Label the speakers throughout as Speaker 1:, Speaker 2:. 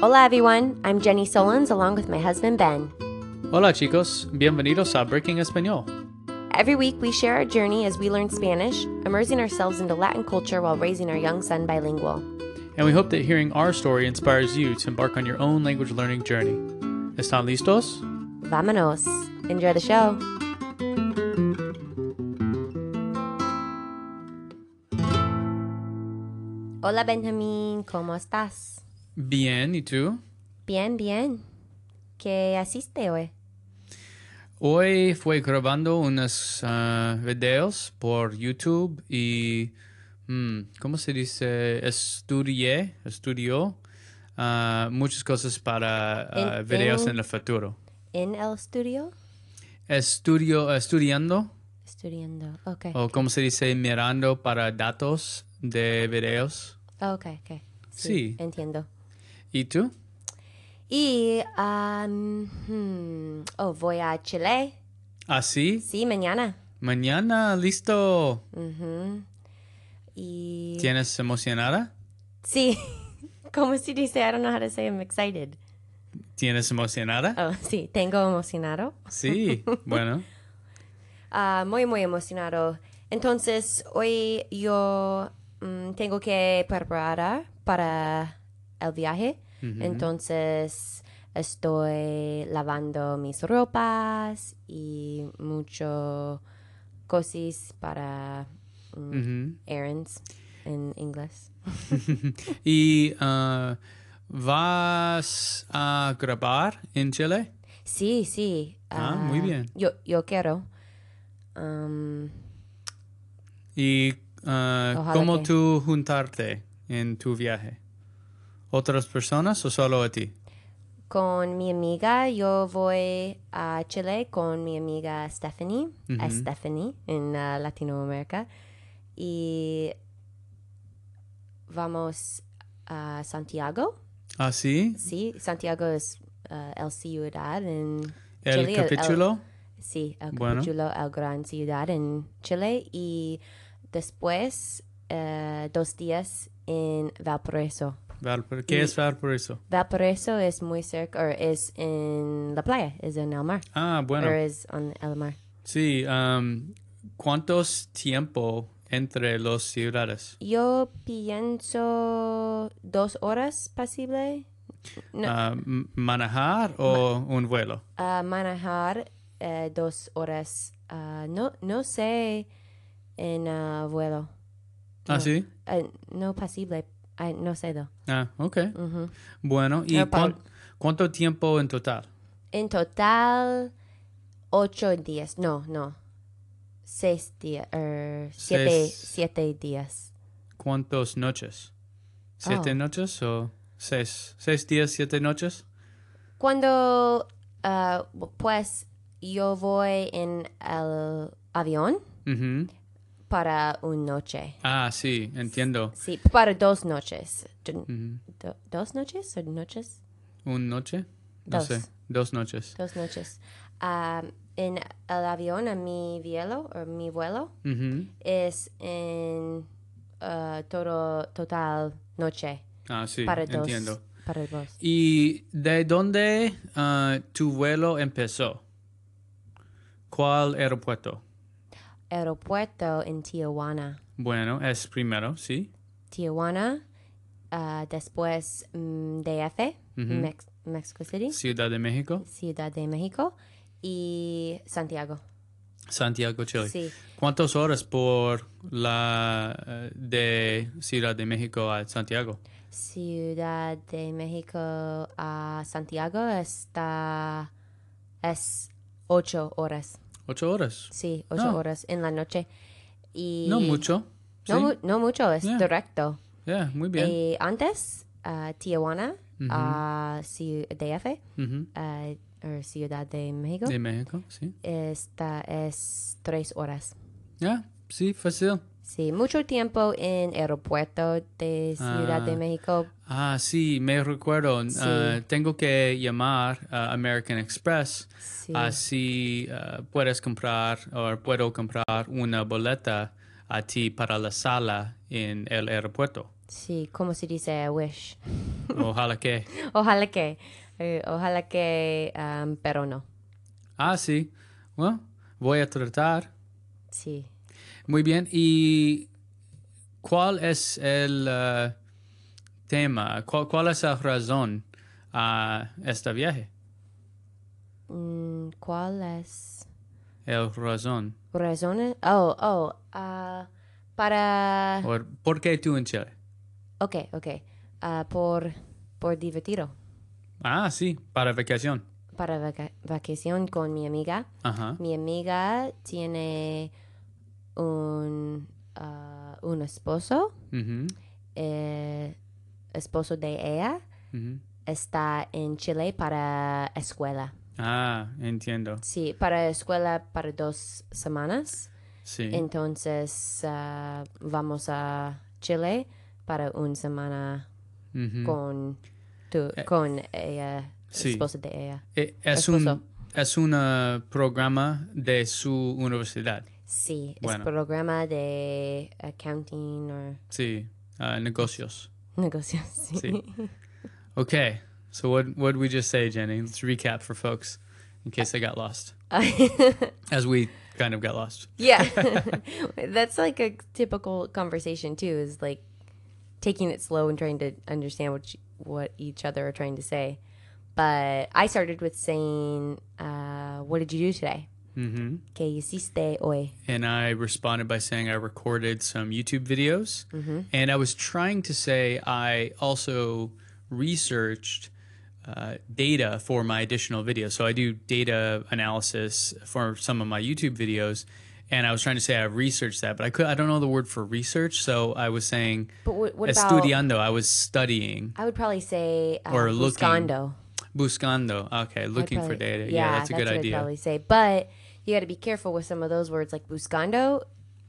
Speaker 1: Hola everyone, I'm Jenny Solans along with my husband Ben.
Speaker 2: Hola chicos, bienvenidos a Breaking Español.
Speaker 1: Every week we share our journey as we learn Spanish, immersing ourselves into Latin culture while raising our young son bilingual.
Speaker 2: And we hope that hearing our story inspires you to embark on your own language learning journey. ¿Están listos?
Speaker 1: Vámonos. Enjoy the show. Hola Benjamín, ¿cómo estás?
Speaker 2: Bien, ¿y tú?
Speaker 1: Bien, bien. ¿Qué hiciste hoy?
Speaker 2: Hoy fue grabando unos ah, videos por YouTube y... mm, ¿Cómo se dice? Estudié, estudió ah, muchas cosas para ah,
Speaker 1: En-
Speaker 2: videos
Speaker 1: en-
Speaker 2: en el futuro.
Speaker 1: ¿En el estudio?
Speaker 2: Estudio, estudiando,
Speaker 1: Estudiando. Okay.
Speaker 2: o como se dice, mirando para datos de videos.
Speaker 1: Okay, okay.
Speaker 2: Sí.
Speaker 1: Entiendo.
Speaker 2: ¿Y tú?
Speaker 1: Y, um, hmm, oh, voy a Chile.
Speaker 2: Así,
Speaker 1: Sí, mañana.
Speaker 2: ¿Ah, mañana, listo.
Speaker 1: Y,
Speaker 2: ¿Tienes emocionada?
Speaker 1: sí. ¿Cómo se dice? I don't know how to say I'm excited.
Speaker 2: ¿Tienes emocionada?
Speaker 1: Oh, sí, tengo emocionado.
Speaker 2: Sí, bueno.
Speaker 1: Ah, muy, muy emocionado. Entonces, hoy yo mm, tengo que preparar para el viaje. Entonces, estoy lavando mis ropas y mucho cosas para mm,
Speaker 2: Ujú.
Speaker 1: errands en inglés.
Speaker 2: ¿Y ah, vas a grabar en Chile?
Speaker 1: Sí, sí.
Speaker 2: Ah, muy bien.
Speaker 1: Yo, yo quiero. Um,
Speaker 2: ¿Y ah,
Speaker 1: Ojalá
Speaker 2: cómo
Speaker 1: que-
Speaker 2: tú juntarte en tu viaje? ¿Otras personas o solo a ti?
Speaker 1: con mi amiga, yo voy a Chile con mi amiga Stephanie, a Stephanie en uh, Latinoamérica, y vamos a Santiago.
Speaker 2: ¿Ah, sí?
Speaker 1: Sí, Santiago es uh, el ciudad en
Speaker 2: ¿El
Speaker 1: Chile,
Speaker 2: capítulo?
Speaker 1: Sí, el
Speaker 2: Bueno.
Speaker 1: capítulo, el gran ciudad en Chile y después eh, dos días en Valparaíso.
Speaker 2: Valpar- ¿Qué es Valparaíso?
Speaker 1: Valparaíso es muy cerca, o es en la playa, es en el mar,
Speaker 2: Ah, bueno.
Speaker 1: o es en el mar.
Speaker 2: Sí, am, ¿cuántos tiempo entre los ciudades?
Speaker 1: Yo pienso dos horas posible No.
Speaker 2: Ah, m- ¿Manejar o un vuelo?
Speaker 1: a manejar eh, dos horas. ah, no, no sé en ah, vuelo.
Speaker 2: Ah, sí.
Speaker 1: Ah, no posible. Ah, no sé. though.
Speaker 2: Ah, ok. Bueno, ¿y
Speaker 1: No, Eh, Paul.
Speaker 2: cuán- cuánto tiempo en total?
Speaker 1: En total, ocho días. No, no. Seis días. er, siete,
Speaker 2: Seis.
Speaker 1: siete días.
Speaker 2: ¿Cuántas noches? ¿Siete
Speaker 1: Oh.
Speaker 2: noches o seis? ¿Seis días, siete noches?
Speaker 1: Cuando, ah, pues, yo voy en el avión
Speaker 2: Ujú.
Speaker 1: para una noche.
Speaker 2: Ah, sí, entiendo.
Speaker 1: Sí, para dos noches. Do- do- ¿Dos noches o noches?
Speaker 2: ¿Un noche? No
Speaker 1: Dos.
Speaker 2: sé. Dos noches.
Speaker 1: Dos noches. Ah, en el avión a mi vuelo, o mi vuelo
Speaker 2: Ujú.
Speaker 1: es en ah, todo, total noche.
Speaker 2: Ah, sí,
Speaker 1: Para dos.
Speaker 2: entiendo.
Speaker 1: Para dos.
Speaker 2: ¿Y de dónde ah, tu vuelo empezó? ¿Cuál aeropuerto?
Speaker 1: Aeropuerto en Tijuana.
Speaker 2: Bueno, es primero, sí.
Speaker 1: Tijuana, ah, después mm, DF, Mex- Mexico City,
Speaker 2: Ciudad de México,
Speaker 1: Ciudad de México y Santiago.
Speaker 2: Santiago, Chile.
Speaker 1: Sí.
Speaker 2: ¿Cuántas horas por la eh, de Ciudad de México a Santiago?
Speaker 1: Ciudad de México a Santiago está es ocho horas.
Speaker 2: Ocho horas.
Speaker 1: Sí, ocho
Speaker 2: Oh.
Speaker 1: horas en la noche. Y
Speaker 2: No mucho. Sí.
Speaker 1: No, mu- eh, no mucho, es
Speaker 2: Yeah.
Speaker 1: directo.
Speaker 2: Yeah, muy bien.
Speaker 1: Y antes, a Tijuana a Ciu- DF,
Speaker 2: Ujú.
Speaker 1: a- or Ciudad de México,
Speaker 2: De México, sí.
Speaker 1: esta es tres horas.
Speaker 2: Ya, sí, fácil.
Speaker 1: Sí, mucho tiempo en aeropuerto de Ciudad de
Speaker 2: Ah.
Speaker 1: México.
Speaker 2: Ah, sí, me recuerdo.
Speaker 1: Sí.
Speaker 2: Ah, tengo que llamar a American Express.
Speaker 1: Sí,
Speaker 2: Ah, Así eh, puedes comprar o puedo comprar una boleta a ti para la sala en el aeropuerto.
Speaker 1: Sí, ¿cómo se dice? I wish.
Speaker 2: Ojalá que.
Speaker 1: Ojalá que. eh, ojalá que. um, pero no.
Speaker 2: Ah, sí. Bueno, voy a tratar.
Speaker 1: Sí.
Speaker 2: Muy bien. ¿Y cuál es el eh, tema? ¿Cuál, cuál es la razón a este viaje?
Speaker 1: Mm, ¿Cuál es?
Speaker 2: El razón.
Speaker 1: ¿Razones? Oh, oh. ah, para.
Speaker 2: Or, ¿Por qué tú en Chile?
Speaker 1: Ok, ok. Ah, por, por divertido.
Speaker 2: Ah, sí, para vacación.
Speaker 1: Para vaca- vacación con mi amiga.
Speaker 2: Ajá.
Speaker 1: Mi amiga tiene un, ah, un esposo.
Speaker 2: Ujú,
Speaker 1: El esposo de ella
Speaker 2: ujú.
Speaker 1: está en Chile para escuela.
Speaker 2: Ah, entiendo.
Speaker 1: Sí, para escuela para dos semanas.
Speaker 2: Sí.
Speaker 1: Entonces ah, vamos a Chile para una semana
Speaker 2: Ujú.
Speaker 1: con tu, con ella,
Speaker 2: Mm. Eh, sí.
Speaker 1: esposa de ella.
Speaker 2: Eh, es
Speaker 1: esposo.
Speaker 2: un es un eh, programa de su universidad.
Speaker 1: Sí, es
Speaker 2: Bueno.
Speaker 1: programa de accounting o
Speaker 2: Sí, ah, negocios.
Speaker 1: negocios. Sí.
Speaker 2: Sí. Okay, so what what did we just say, Jenny? Let's recap for folks in case they got lost, as we kind of got lost.
Speaker 1: yeah. That's like a typical conversation too is like taking it slow and trying to understand what you- what each other are trying to say. But I started with saying, uh, what did you do today?
Speaker 2: hmm
Speaker 1: Que hiciste hoy?
Speaker 2: And I responded by saying I recorded some YouTube videos,
Speaker 1: Mm-hmm.
Speaker 2: and I was trying to say I also researched. Uh, data for my additional videos. So I do data analysis for some of my YouTube videos, and I was trying to say I researched that, but I could I don't know the word for research, so I was saying
Speaker 1: But what, what about
Speaker 2: estudiando. I was studying.
Speaker 1: I would probably say uh,
Speaker 2: Or looking.
Speaker 1: buscando.
Speaker 2: Buscando. Okay, looking
Speaker 1: Probably-
Speaker 2: for data. Yeah, that's a good
Speaker 1: what I'd
Speaker 2: idea.
Speaker 1: probably say, but you got to be careful with some of those words like buscando.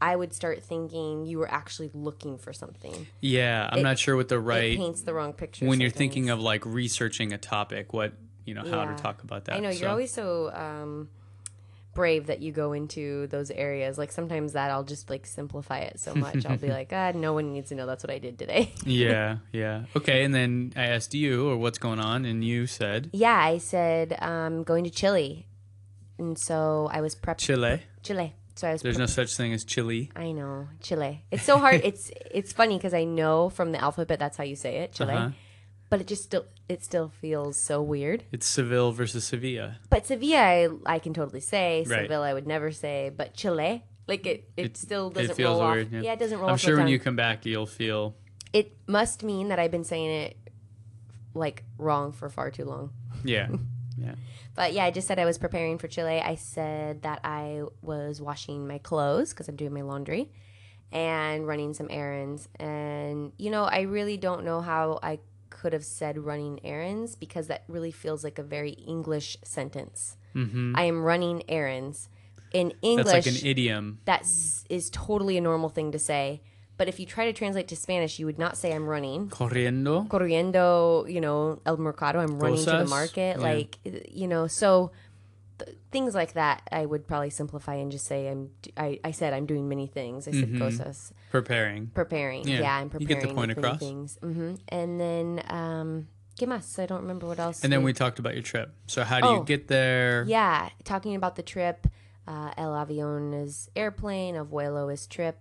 Speaker 1: I would start thinking you were actually looking for something.
Speaker 2: Yeah, I'm not sure what the
Speaker 1: It
Speaker 2: right
Speaker 1: paints the wrong picture.
Speaker 2: when you're
Speaker 1: sometimes.
Speaker 2: thinking of like researching a topic, what you know how
Speaker 1: Yeah.
Speaker 2: to talk about that.
Speaker 1: I know
Speaker 2: So,
Speaker 1: you're always so um, brave that you go into those areas. Like sometimes that I'll just like simplify it so much. I'll be like, ah, no one needs to know that's what I did today.
Speaker 2: Yeah, yeah. Okay, and then I asked you or what's going on, and you said
Speaker 1: yeah, I said um, going to Chile, and so I was prepping
Speaker 2: Chile.
Speaker 1: Chile. So I was
Speaker 2: There's no such thing as Chile.
Speaker 1: I know Chile. It's so hard. it's it's funny because I know from the alphabet that's how you say it, Chile.
Speaker 2: Uh-huh.
Speaker 1: But it just still it still feels so weird.
Speaker 2: It's Seville versus Sevilla.
Speaker 1: But Sevilla, I, I can totally say.
Speaker 2: Right.
Speaker 1: Seville, I would never say. But Chile, like it, it, still doesn't
Speaker 2: it feels
Speaker 1: roll
Speaker 2: weird.
Speaker 1: off. Yeah. it doesn't roll
Speaker 2: I'm
Speaker 1: off.
Speaker 2: sure
Speaker 1: my
Speaker 2: when
Speaker 1: tongue.
Speaker 2: you come back, you'll feel.
Speaker 1: It must mean that I've been saying it like wrong for far too long.
Speaker 2: Yeah, yeah.
Speaker 1: But yeah, I just said I was preparing for Chile. I said that I was washing my clothes because I'm doing my laundry and running some errands. And, you know, I really don't know how I could have said running errands because that really feels like a very English sentence.
Speaker 2: Mm-hmm.
Speaker 1: I am running errands. In
Speaker 2: That's
Speaker 1: English,
Speaker 2: like an E- idiom.
Speaker 1: that is totally a normal thing to say. But if you try to translate to Spanish, you would not say I'm running
Speaker 2: Corriendo.
Speaker 1: corriendo, you know, el mercado, I'm running to the
Speaker 2: Cosas,
Speaker 1: market,
Speaker 2: yeah.
Speaker 1: like, you know, so th- things like that I would probably simplify and just say I'm, d- I, I said I'm doing many things. I said cosas,
Speaker 2: Preparing.
Speaker 1: preparing.
Speaker 2: Mm-hmm. Yeah,
Speaker 1: Yeah, I'm
Speaker 2: you
Speaker 1: preparing.
Speaker 2: get the point
Speaker 1: many
Speaker 2: across.
Speaker 1: Things. hmm And then, um, ¿qué más? I don't remember what else.
Speaker 2: And then we talked about your trip. So how do
Speaker 1: Oh.
Speaker 2: you get there?
Speaker 1: yeah, talking about the trip, uh, el avión is airplane, abuelo is trip.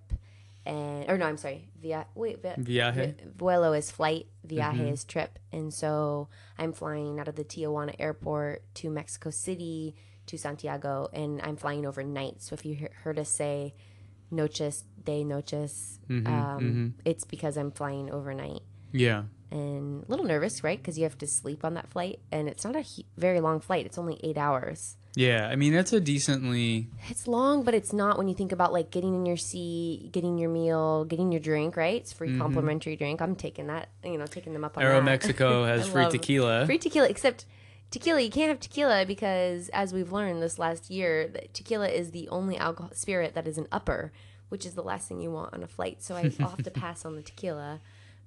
Speaker 1: And, or no, I'm sorry. Via, wait, vi-
Speaker 2: Viaje.
Speaker 1: Vi- Vuelo is flight, viaje is trip. And so I'm flying out of the Tijuana airport to Mexico City to Santiago, and I'm flying overnight. So if you he- heard us say noches, day noches, um, it's because I'm flying overnight.
Speaker 2: Yeah.
Speaker 1: And a little nervous, right? Because you have to sleep on that flight, and it's not a hu- very long flight. It's only eight hours.
Speaker 2: Yeah. I mean, that's a decently.
Speaker 1: It's long, but it's not when you think about like getting in your seat, getting your meal, getting your drink. Right? It's free complimentary drink. I'm taking that. You know, taking them up on
Speaker 2: Aero
Speaker 1: that.
Speaker 2: Mexico has
Speaker 1: I
Speaker 2: free
Speaker 1: love-
Speaker 2: tequila.
Speaker 1: Free tequila, except tequila, you can't have tequila because, as we've learned this last year, that tequila is the only alcohol spirit that is an upper, which is the last thing you want on a flight. So I I'll have to pass on the tequila.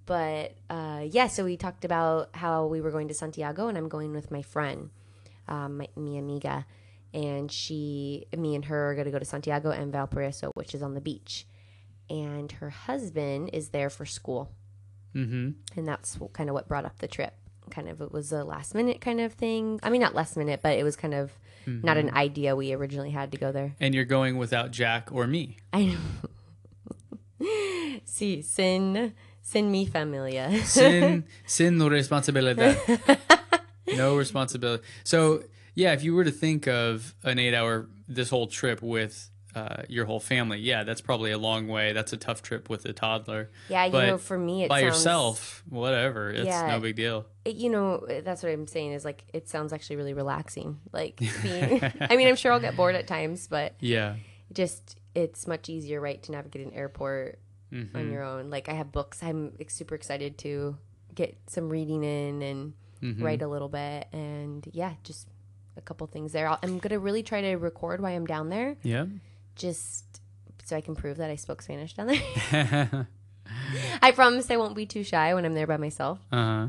Speaker 1: But uh, yeah, so we talked about how we were going to Santiago, and I'm going with my friend, um, my, mi amiga, and she, me and her are going to go to Santiago and Valparaiso, which is on the beach, and her husband is there for school.
Speaker 2: Mm-hmm.
Speaker 1: and that's wh- kind of what brought up the trip. Kind of, it was a last minute kind of thing. I mean, not last minute, but it was kind of not
Speaker 2: Mm-hmm.
Speaker 1: an idea we originally had to go there.
Speaker 2: And you're going without Jack or me.
Speaker 1: I know. sí, sin, sin mi familia.
Speaker 2: Sin, sin responsabilidad. No responsibility. So, yeah, if you were to think of an eight hour, this whole trip with uh, your whole family, yeah, that's probably a long way. That's a tough trip with a toddler.
Speaker 1: yeah, you
Speaker 2: But
Speaker 1: know, for me, it
Speaker 2: By
Speaker 1: sounds,
Speaker 2: yourself, whatever. It's
Speaker 1: Yeah.
Speaker 2: no big deal.
Speaker 1: it- you know, that's what I'm saying is like it sounds actually really relaxing. Like, being, I mean, I'm sure I'll get bored at times, but
Speaker 2: Yeah.
Speaker 1: just it's much easier, right, to navigate an airport
Speaker 2: Mhm.
Speaker 1: on your own. Like, I have books. I'm like, super excited to get some reading in and
Speaker 2: Mhm.
Speaker 1: write a little bit, and yeah, just a couple things there. I'll, I'm gonna really try to record while I'm down there,
Speaker 2: Yeah.
Speaker 1: just so I can prove that I spoke Spanish down there. I promise I won't be too shy when I'm there by myself,
Speaker 2: uh-huh.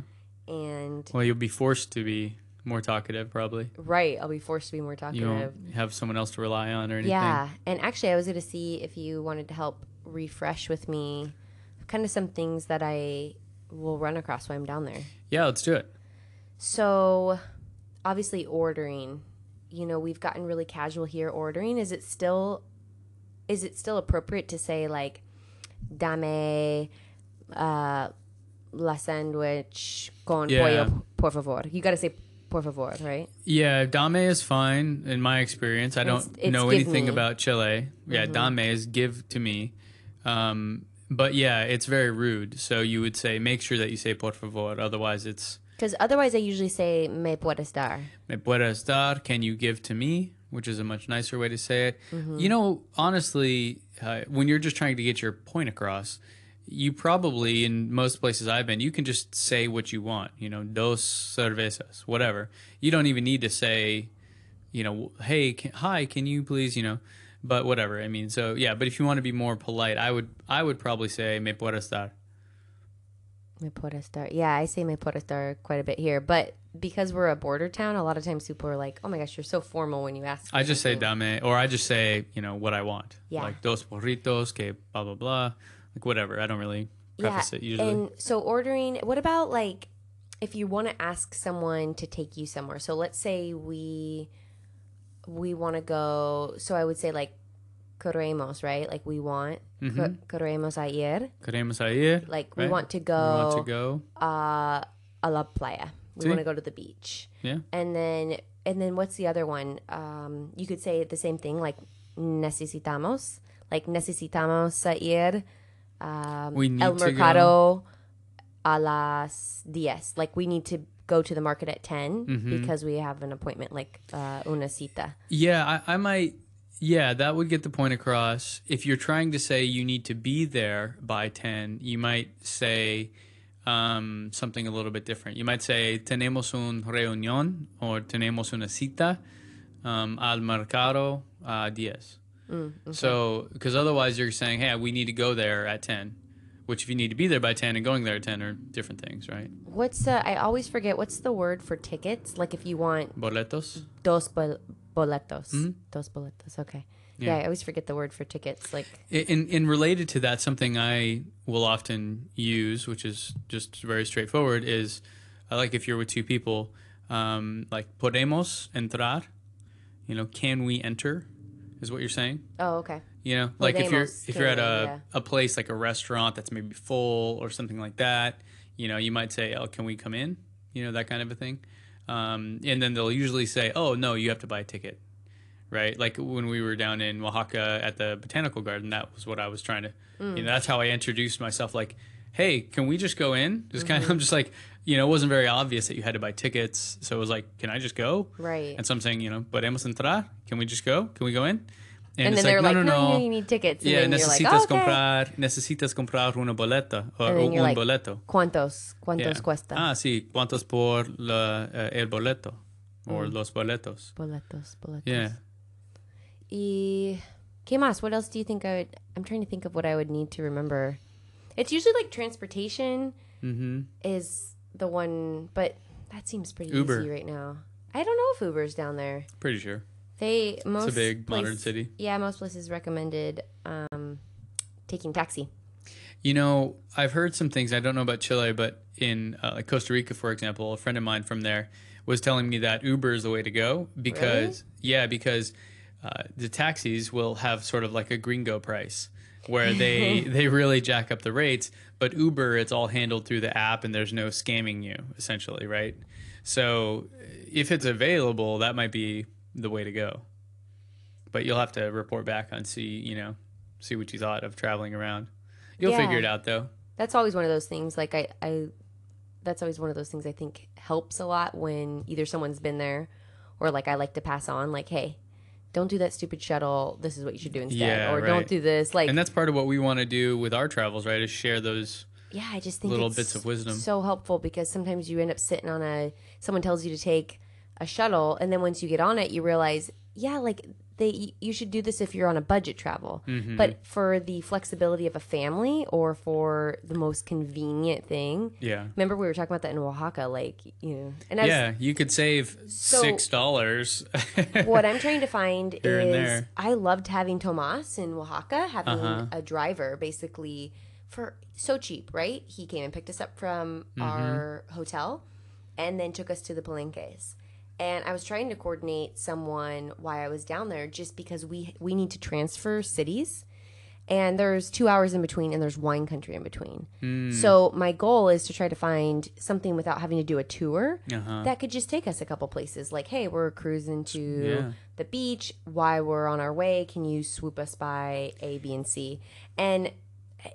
Speaker 1: and
Speaker 2: Well, you'll be forced to be more talkative, probably.
Speaker 1: right, I'll be forced to be more
Speaker 2: You
Speaker 1: talkative.
Speaker 2: won't have someone else to rely on or anything.
Speaker 1: Yeah, and actually, I was going to see if you wanted to help refresh with me, kind of some things that I will run across when I'm down there.
Speaker 2: Yeah, let's do it.
Speaker 1: So, obviously, ordering. You know, we've gotten really casual here. Ordering is it still, is it still appropriate to say like, dame, uh, la sandwich con
Speaker 2: Yeah.
Speaker 1: pollo, por favor. You got to say por favor, right?
Speaker 2: Yeah, dame is fine in my experience. I don't
Speaker 1: It's- it's
Speaker 2: know
Speaker 1: give
Speaker 2: anything
Speaker 1: me. Mm-hmm.
Speaker 2: about Chile. Yeah, dame is give to me. Um, but yeah, it's very rude. So you would say make sure that you say por favor. Otherwise, it's
Speaker 1: Because otherwise, I usually say me puedes dar.
Speaker 2: me puedes dar. Can you give to me? Which is a much nicer way to say it. You know, honestly, uh, when you're just trying to get your point across, you probably in most places I've been, you can just say what you want. You know, dos cervezas, whatever. You don't even need to say you know, hey, can, hi, can you please, you know, but whatever. I mean, so yeah, but if you want to be more polite, I would, I would probably say me puedes dar.
Speaker 1: Me puedo estar. Yeah, I say me puedo estar quite a bit here, but because we're a border town, a lot of times people are like, "Oh my gosh, you're so formal when you ask."
Speaker 2: I just say dame, or I just say, you know, what I want.
Speaker 1: Yeah.
Speaker 2: Like dos burritos, que blah blah blah, like whatever. I don't really preface it usually.
Speaker 1: And so ordering. What about like if you want to ask someone to take you somewhere? So let's say we we want to go. So I would say like queremos, right? Like we want mm queremos ayer.
Speaker 2: Queremos ir.
Speaker 1: Like we
Speaker 2: Mm-hmm. Right.
Speaker 1: want to
Speaker 2: We
Speaker 1: go.
Speaker 2: want to go.
Speaker 1: Uh, a la playa. We
Speaker 2: Sí.
Speaker 1: want to go to the beach.
Speaker 2: Yeah.
Speaker 1: and then and then what's the other one um you could say the same thing like necesitamos like necesitamos ir um
Speaker 2: We need
Speaker 1: el
Speaker 2: to go-
Speaker 1: mercado a las 10 like we need to go to the market at 10
Speaker 2: Mm-hmm.
Speaker 1: because we have an appointment like uh, una cita
Speaker 2: Yeah, I, I might. Yeah, that would get the point across. If you're trying to say you need to be there by 10, you might say um, something a little bit different. You might say, tenemos un reunión or tenemos una cita um, al mercado a 10. So, because otherwise you're saying, hey, we need to go there at 10, which if you need to be there by 10 and going there at 10 are different things, right?
Speaker 1: what's uh, i always forget what's the word for tickets like if you want
Speaker 2: Boletos?
Speaker 1: dos bol- boletos
Speaker 2: Hmm?
Speaker 1: dos boletos okay yeah i always forget the word for tickets like
Speaker 2: And, and related to that, something I will often use, which is just very straightforward, is uh, like if you're with two people, um, like podemos entrar, you know, can we enter, is what you're saying.
Speaker 1: oh okay
Speaker 2: You know, like if you're
Speaker 1: Podemos,
Speaker 2: if you're at
Speaker 1: can we,
Speaker 2: a, a place like a restaurant that's maybe full or something like that, you know, you might say, "Oh, can we come in?" You know, that kind of a thing. Um, and then they'll usually say, "Oh, no, you have to buy a ticket." Right? Like when we were down in Oaxaca at the botanical garden, that was what I was trying to. You know, that's how I introduced myself. Like, hey, can we just go in? Just kind of, I'm just like, you know, it wasn't very obvious that you had to buy tickets, so it was like, can I just go?
Speaker 1: right
Speaker 2: And so I'm saying, you know, podemos entrar? Can we just go? Can we go in?
Speaker 1: and, then they're like, no, no, you need tickets. And
Speaker 2: Yeah,
Speaker 1: then you're like,
Speaker 2: necesitas
Speaker 1: oh, okay.
Speaker 2: comprar, necesitas comprar una boleta o
Speaker 1: And then
Speaker 2: un
Speaker 1: you're like,
Speaker 2: boleto.
Speaker 1: ¿Cuántos? ¿Cuántos
Speaker 2: Yeah.
Speaker 1: cuesta?
Speaker 2: Ah, sí, ¿cuántos por la, eh, el boleto?
Speaker 1: Mm.
Speaker 2: Or los boletos.
Speaker 1: Boletos, boletos.
Speaker 2: Yeah.
Speaker 1: Y... ¿Qué más? What else do you think I would... I'm trying to think of what I would need to remember. It's usually like transportation
Speaker 2: Mm-hmm.
Speaker 1: is the one, but that seems pretty
Speaker 2: Uber.
Speaker 1: easy right now. I don't know if Uber's down there.
Speaker 2: Pretty sure.
Speaker 1: They most
Speaker 2: It's a big modern
Speaker 1: place-
Speaker 2: city.
Speaker 1: Yeah, most places recommended um, taking taxi.
Speaker 2: You know, I've heard some things. I don't know about Chile, but in uh, like Costa Rica, for example, a friend of mine from there was telling me that Uber is the way to go because yeah, because uh, the taxis will have sort of like a gringo price where they they really jack up the rates. But Uber, it's all handled through the app, and there's no scamming you essentially, right? So uh, if it's available, that might be the way to go. But you'll have to report back on see you know see what you thought of traveling around. You'll
Speaker 1: Yeah.
Speaker 2: figure it out though.
Speaker 1: That's always one of those things. Like I, I, that's always one of those things I think helps a lot when either someone's been there, or like I like to pass on, like, hey, don't do that stupid shuttle. This is what you should do instead,
Speaker 2: Yeah,
Speaker 1: or
Speaker 2: right.
Speaker 1: don't do this. Like,
Speaker 2: And that's part of what we want to do with our travels, right? Is share those.
Speaker 1: yeah, I just think
Speaker 2: little
Speaker 1: it's
Speaker 2: bits of wisdom.
Speaker 1: so helpful because sometimes you end up sitting on a. Someone tells you to take a shuttle, and then once you get on it, you realize, yeah, like they, you should do this if you're on a budget travel.
Speaker 2: Mm-hmm.
Speaker 1: But for the flexibility of a family, or for the most convenient thing,
Speaker 2: Yeah.
Speaker 1: Remember we were talking about that in Oaxaca, like you know. And I
Speaker 2: yeah, you could save
Speaker 1: So-
Speaker 2: six dollars.
Speaker 1: was, what I'm trying to find
Speaker 2: Here and
Speaker 1: is
Speaker 2: there.
Speaker 1: I loved having Tomas in Oaxaca, having
Speaker 2: Uh-huh.
Speaker 1: a driver basically for so cheap, right? He came and picked us up from
Speaker 2: Mm-hmm.
Speaker 1: our hotel, and then took us to the Palenques. And I was trying to coordinate someone while I was down there, just because we we need to transfer cities. and there's two hours in between and there's wine country in between
Speaker 2: Mm.
Speaker 1: so my goal is to try to find something without having to do a tour
Speaker 2: Uh-huh.
Speaker 1: that could just take us a couple places like hey we're cruising to
Speaker 2: Yeah.
Speaker 1: the beach while we're on our way can you swoop us by a b and c and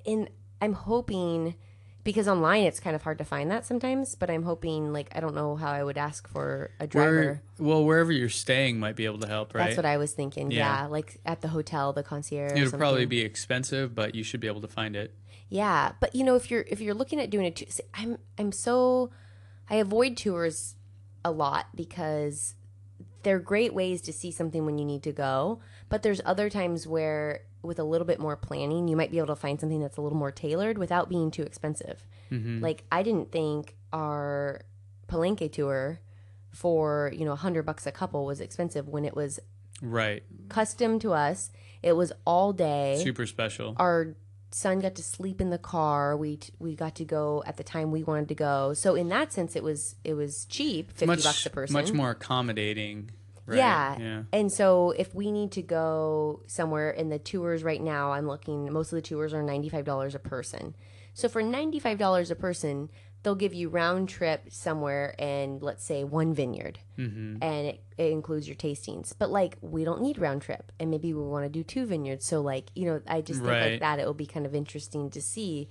Speaker 1: in i'm hoping because online it's kind of hard to find that sometimes but i'm hoping like i don't know how i would ask for a driver
Speaker 2: Where, well, wherever you're staying might be able to help, right?
Speaker 1: that's what i was thinking yeah.
Speaker 2: Yeah.
Speaker 1: like at the hotel the concierge or
Speaker 2: It'll probably
Speaker 1: something.
Speaker 2: be expensive, but you should be able to find it.
Speaker 1: Yeah, but you know, if you're if you're looking at doing a tour, I'm I'm so I avoid tours a lot because they're great ways to see something when you need to go, but there's other times where with a little bit more planning, you might be able to find something that's a little more tailored without being too expensive.
Speaker 2: Mhm.
Speaker 1: Like I didn't think our Palenque tour for, you know, 100 bucks a couple was expensive when it was
Speaker 2: Right.
Speaker 1: custom to us. It was all day
Speaker 2: Super special.
Speaker 1: our son got to sleep in the car. We t- we got to go at the time we wanted to go. So in that sense, it was it was cheap, fifty
Speaker 2: much,
Speaker 1: bucks a person.
Speaker 2: much more accommodating. Right?
Speaker 1: Yeah.
Speaker 2: Yeah.
Speaker 1: And so if we need to go somewhere, and the tours right now, I'm looking. Most of the tours are ninety five dollars a person. So for ninety five dollars a person, they'll give you round trip somewhere, and let's say one vineyard,
Speaker 2: Mm-hmm.
Speaker 1: and it, it includes your tastings. But like we don't need round trip, and maybe we want to do two vineyards. So like you know, I just think like
Speaker 2: Right.
Speaker 1: that it will be kind of interesting to see.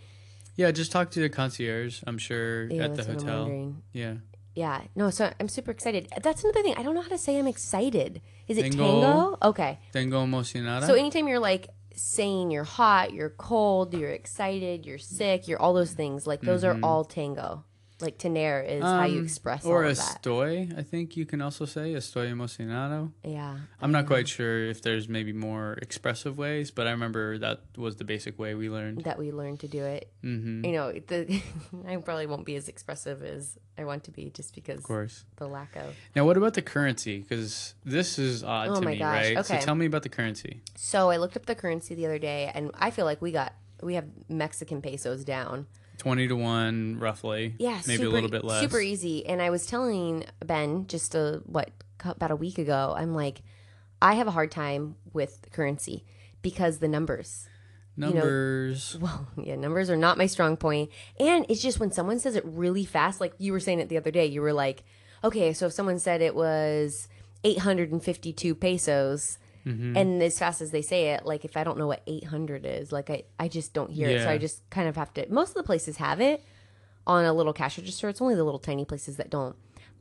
Speaker 2: Yeah. Just talk to the concierge. I'm sure
Speaker 1: Yeah,
Speaker 2: at the
Speaker 1: that's what I'm
Speaker 2: hotel.
Speaker 1: wondering.
Speaker 2: Yeah.
Speaker 1: Yeah, no, so I'm super excited. That's another thing. I don't know how to say I'm excited. Is it
Speaker 2: Tengo-
Speaker 1: tango? Okay.
Speaker 2: Tengo emocionada.
Speaker 1: So anytime you're like saying you're hot, you're cold, you're excited, you're sick, you're all those things, like those are all tango. Like tener is how you
Speaker 2: Mm-hmm. Um,
Speaker 1: express all
Speaker 2: or
Speaker 1: of that.
Speaker 2: estoy, I think you can also say estoy emocionado.
Speaker 1: yeah.
Speaker 2: I'm not
Speaker 1: Mm-hmm.
Speaker 2: quite sure if there's maybe more expressive ways, but I remember that was the basic way we learned.
Speaker 1: That we learn to do it.
Speaker 2: Mm-hmm.
Speaker 1: You know, the, I probably won't be as expressive as I want to be just because
Speaker 2: Of course.
Speaker 1: the lack of.
Speaker 2: Now, what about the currency? Because this is odd
Speaker 1: Oh
Speaker 2: to
Speaker 1: my
Speaker 2: me,
Speaker 1: gosh,
Speaker 2: right?
Speaker 1: okay.
Speaker 2: So tell me about the currency.
Speaker 1: So I looked up the currency the other day and I feel like we got, we have Mexican pesos down.
Speaker 2: 20 to 1, roughly.
Speaker 1: Yeah,
Speaker 2: Maybe
Speaker 1: super,
Speaker 2: a little bit less.
Speaker 1: Super e, easy. And I was telling Ben just a, what cou- about a week ago. I'm like, I have a hard time with currency because the numbers.
Speaker 2: Numbers.
Speaker 1: Well, yeah, numbers are not my strong point. And it's just when someone says it really fast, like you were saying it the other day, you were like, okay, so if someone said it was 852 pesos. And as fast as they say it, like if I don't know what 800 is, like I, I just don't hear it. So
Speaker 2: Yeah.
Speaker 1: I just kind of have to. Most of the places have it, on a little cash register. It's only the little tiny places that don't.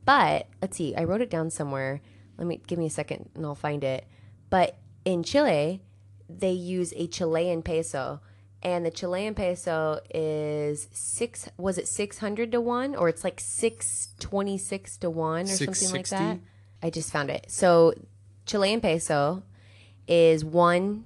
Speaker 1: But let's see, I wrote it down somewhere. Let me give me a second and I'll find it. But in Chile, they use a Chilean peso, and the Chilean peso is six. Was it six hundred to one, or it's like six twenty six to one, or something like
Speaker 2: 660?
Speaker 1: that? I just found it. So Chilean peso is one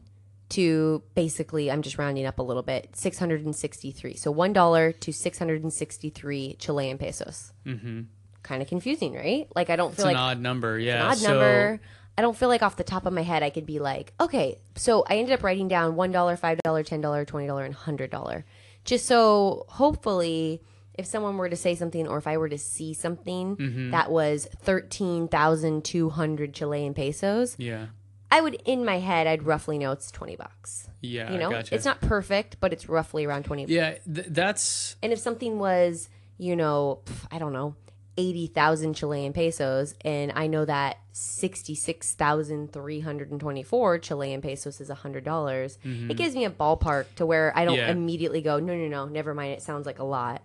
Speaker 1: to basically I'm just rounding up a little bit 663 so one dollar to 663 Chilean pesos mm-hmm. kind of confusing right like I don't
Speaker 2: It's
Speaker 1: feel
Speaker 2: an
Speaker 1: like
Speaker 2: odd number. Yeah.
Speaker 1: odd
Speaker 2: so,
Speaker 1: number I don't feel like off the top of my head I could be like okay so I ended up writing down one dollar five dollar ten dollar twenty dollar and hundred dollar Just so hopefully, if someone were to say something or if I were to see something
Speaker 2: Mm-hmm.
Speaker 1: that was 13,200 Chilean pesos,
Speaker 2: Yeah.
Speaker 1: I would, in my head, I'd roughly know it's 20 bucks.
Speaker 2: Yeah.
Speaker 1: You know,
Speaker 2: gotcha.
Speaker 1: it's not perfect, but it's roughly around 20
Speaker 2: Yeah, th- that's
Speaker 1: And if something was, you know, pff, I don't know, 80,000 Chilean pesos, and I know that 66,324 Chilean pesos is $100, dollars it gives me a ballpark to where I don't
Speaker 2: Mm-hmm. Yeah.
Speaker 1: immediately go, no, no, no, never mind. It sounds like a lot.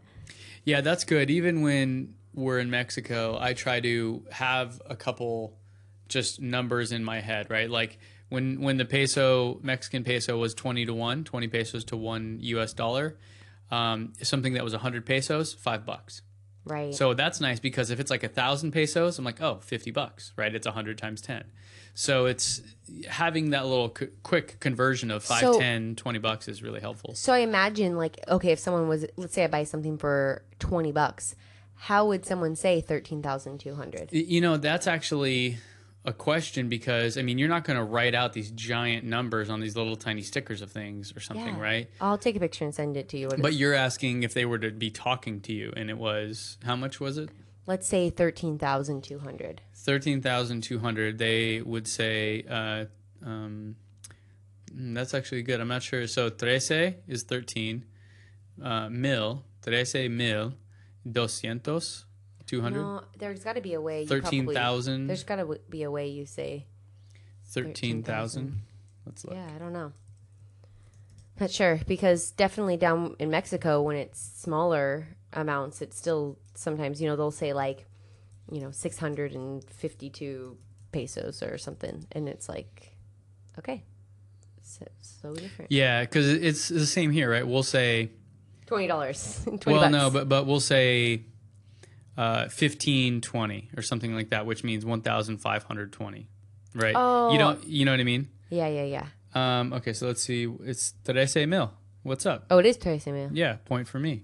Speaker 2: yeah, that's good. Even when we're in Mexico, I try to have a couple just numbers in my head, right? Like when when the peso Mexican peso was 20 to 1, 20 pesos to 1 US dollar, um, something that was 100 pesos, 5 bucks.
Speaker 1: Right.
Speaker 2: So that's nice because if it's like a thousand pesos, I'm like, oh, 50 bucks, right? It's a 100 times 10. So it's having that little c- quick conversion of 5,
Speaker 1: So-
Speaker 2: 10, 20 bucks is really helpful.
Speaker 1: So I imagine, like, okay, if someone was, let's say I buy something for 20 bucks, how would someone say 13,200?
Speaker 2: Y- You know, that's actually a question because, I mean, you're not going to write out these giant numbers on these little tiny stickers of things or something,
Speaker 1: Yeah.
Speaker 2: right?
Speaker 1: I'll take a picture and send it to you. What
Speaker 2: But
Speaker 1: it's-
Speaker 2: you're asking if they were to be talking to you and it was, how much was it?
Speaker 1: let's say 13,200.
Speaker 2: 13,200, they would say, uh, um, mm, that's actually good. I'm not sure. So, trece is 13, uh, mil, trece mil, doscientos, 200,
Speaker 1: No, there's got to be a way. you probably-
Speaker 2: 13,000,
Speaker 1: There's got to be a way you say.
Speaker 2: 13,000. Let's look.
Speaker 1: Yeah, I don't know. Not sure because definitely down in Mexico when it's smaller amounts, it's still sometimes you know they'll say like, you know, six hundred and fifty-two pesos or something, and it's like, okay, so, so different.
Speaker 2: Yeah, because it's the same here, right? We'll say,
Speaker 1: Twenty dollars. Twenty
Speaker 2: well,
Speaker 1: bucks.
Speaker 2: no, but, but we'll say uh, 15, 20 or something like that, which means 1,520, right?
Speaker 1: Oh.
Speaker 2: You don't, you know what I mean?
Speaker 1: yeah, yeah, yeah.
Speaker 2: Um, okay, so let's see. It's Trece Mil. What's up?
Speaker 1: Oh, it is tres y medio.
Speaker 2: Yeah, point for me.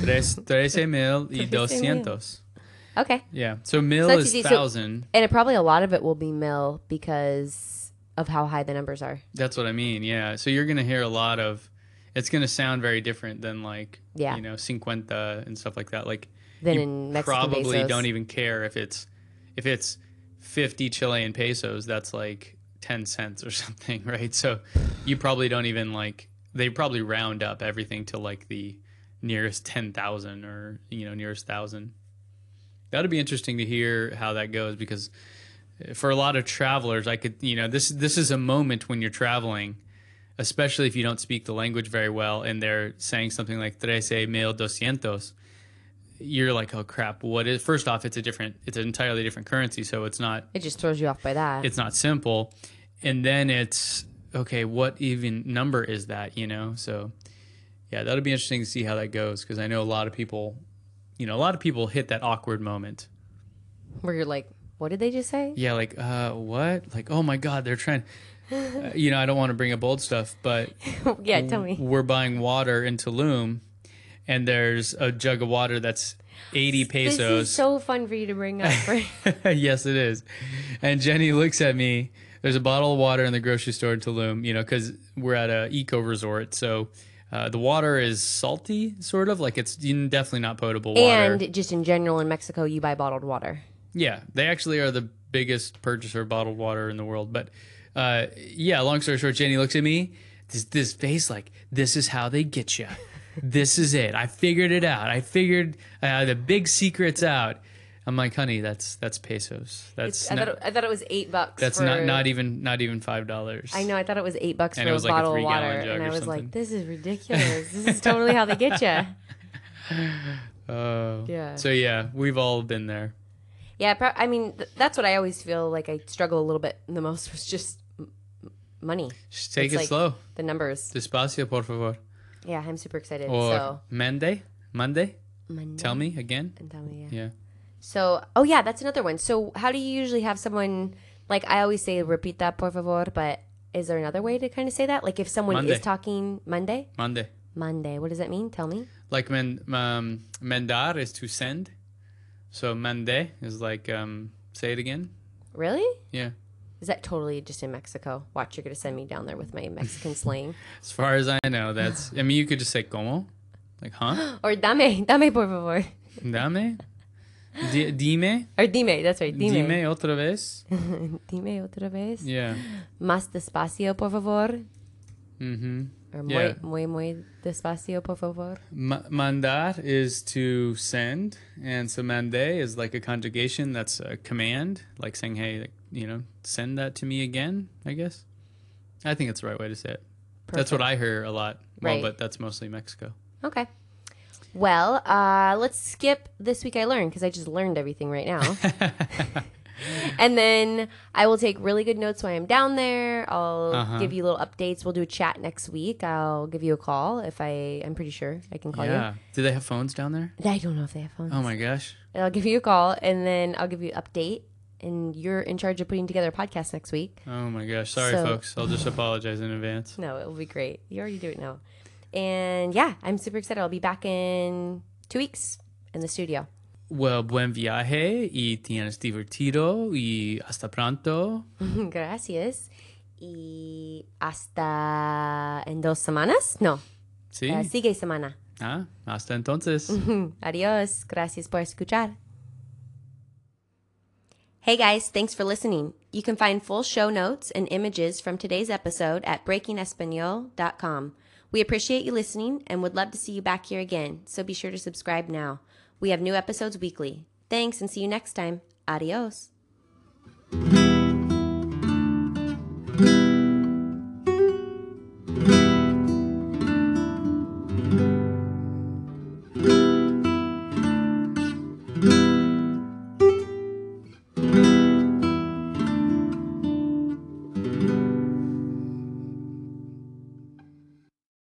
Speaker 2: Tres, trece mil y
Speaker 1: Trece mil.
Speaker 2: doscientos.
Speaker 1: Okay,
Speaker 2: Yeah, so mil
Speaker 1: So that's
Speaker 2: is
Speaker 1: easy. So-
Speaker 2: thousand.
Speaker 1: and it probably a lot of it will be mil because of how high the numbers are.
Speaker 2: That's what I mean, yeah. So you're going to hear a lot of, it's going to sound very different than like,
Speaker 1: Yeah.
Speaker 2: you know, cincuenta and stuff like that. Like,
Speaker 1: Than
Speaker 2: you
Speaker 1: in Mexican
Speaker 2: probably
Speaker 1: pesos.
Speaker 2: don't even care if it's, if it's 50 Chilean pesos, that's like 10 cents or something, right? So you probably don't even like, they probably round up everything to like the nearest 10,000 or, you know, nearest thousand. That'd be interesting to hear how that goes because for a lot of travelers, I could, you know, this this is a moment when you're traveling, especially if you don't speak the language very well, and they're saying something like trece mil doscientos. You're like, oh crap! What is? First off, it's a different, it's an entirely different currency, so it's not
Speaker 1: It just throws you off by that.
Speaker 2: it's not simple. And then it's okay, what even number is that? You know, so yeah, that'll be interesting to see how that goes because I know a lot of people, you know, a lot of people hit that awkward moment.
Speaker 1: where you're like, what did they just say?
Speaker 2: Yeah, like uh, what? Like oh my god, they're trying. Uh, you know, I don't want to bring up old stuff, but
Speaker 1: yeah, tell me.
Speaker 2: we're buying water in Tulum, and there's a jug of water that's eighty pesos.
Speaker 1: This is so fun for you to bring up. right?
Speaker 2: yes, it is. And Jenny looks at me. There's a bottle of water in the grocery store in Tulum, you know, because we're at a eco resort, so. Uh, the water is salty, sort of like it's definitely not potable water.
Speaker 1: and just in general, in Mexico, you buy bottled water.
Speaker 2: Yeah, they actually are the biggest purchaser of bottled water in the world. But uh, yeah, long story short, Jenny looks at me, this this face like this is how they get you. this is it. I figured it out. I figured uh, the big secret's out. I'm like, honey, that's that's pesos. That's
Speaker 1: I,
Speaker 2: not,
Speaker 1: thought it, I thought it was eight bucks.
Speaker 2: that's
Speaker 1: for,
Speaker 2: not not even not even five dollars.
Speaker 1: I know. I thought it was eight bucks
Speaker 2: And
Speaker 1: for
Speaker 2: it was
Speaker 1: a
Speaker 2: like a
Speaker 1: bottle of
Speaker 2: three-gallon
Speaker 1: water,
Speaker 2: jug
Speaker 1: and
Speaker 2: or
Speaker 1: I was
Speaker 2: something.
Speaker 1: like, this is ridiculous. this is totally how they get you.
Speaker 2: Oh.
Speaker 1: Yeah.
Speaker 2: So yeah, we've all been there.
Speaker 1: Yeah, pro- I mean, th- that's what I always feel like. I struggle a little bit the most was just m- m- money,
Speaker 2: Just take
Speaker 1: It's
Speaker 2: it
Speaker 1: like-
Speaker 2: slow.
Speaker 1: the numbers.
Speaker 2: Despacio, por favor.
Speaker 1: Yeah, I'm super excited.
Speaker 2: Or
Speaker 1: so Mm-hmm.
Speaker 2: Monday, Monday.
Speaker 1: Monday
Speaker 2: Tell me again.
Speaker 1: and tell me, yeah.
Speaker 2: Yeah.
Speaker 1: So, oh yeah, that's another one. So, how do you usually have someone like I always say repita por favor, but is there another way to kind of say that? Like if someone
Speaker 2: Monday.
Speaker 1: is talking Monday?
Speaker 2: Monday.
Speaker 1: Monday. What does that mean? Tell me.
Speaker 2: like men, um, mandar is to send so mande is like um, say it again
Speaker 1: Really?
Speaker 2: yeah
Speaker 1: Is that totally just in Mexico? Watch, you're going to send me down there with my Mexican slang.
Speaker 2: as far as i know that's i mean you could just say como Like, huh?
Speaker 1: Or dame, dame por favor.
Speaker 2: Dame. Di- dime.
Speaker 1: Or dime, that's right,
Speaker 2: Dime.
Speaker 1: dime.
Speaker 2: otra vez.
Speaker 1: Dime, otra vez.
Speaker 2: Yeah.
Speaker 1: Más despacio, por favor.
Speaker 2: Mm-hmm.
Speaker 1: Or
Speaker 2: Yeah.
Speaker 1: muy, muy, muy despacio, por favor.
Speaker 2: Ma- mandar is to send, and so mande is like a conjugation. That's a command, like saying, "Hey, like, you know, send that to me again." I guess. I think it's the right way to say it. That's what I hear a lot.
Speaker 1: Right.
Speaker 2: Well, but that's mostly Mexico.
Speaker 1: Okay. Well, uh, let's skip this week I learned because I just learned everything right now. and then I will take really good notes when I'm down there. I'll
Speaker 2: Uh-huh.
Speaker 1: give you little updates. We'll do a chat next week. I'll give you a call if I, I'm pretty sure I can call
Speaker 2: yeah. Do they have phones down there?
Speaker 1: you. I don't know if they have phones.
Speaker 2: Oh my gosh.
Speaker 1: And I'll give you a call and then I'll give you an update. And you're in charge of putting together a podcast next week.
Speaker 2: Oh my gosh. Sorry,
Speaker 1: So-
Speaker 2: folks. I'll just apologize in advance.
Speaker 1: No, it'll be great. You already do it now. And yeah, I'm super excited. I'll be back in two weeks in the studio.
Speaker 2: Well, buen viaje y tienes divertido y hasta pronto.
Speaker 1: Gracias. Y hasta en dos semanas? No,
Speaker 2: Sí.
Speaker 1: eh, sigue semana.
Speaker 2: Ah, hasta entonces.
Speaker 1: Adios. Gracias por escuchar. Hey guys, thanks for listening. You can find full show notes and images from today's episode at breakingespanol.com. We appreciate you listening and would love to see you back here again, so be sure to subscribe now. We have new episodes weekly. Thanks and see you next time. Adios.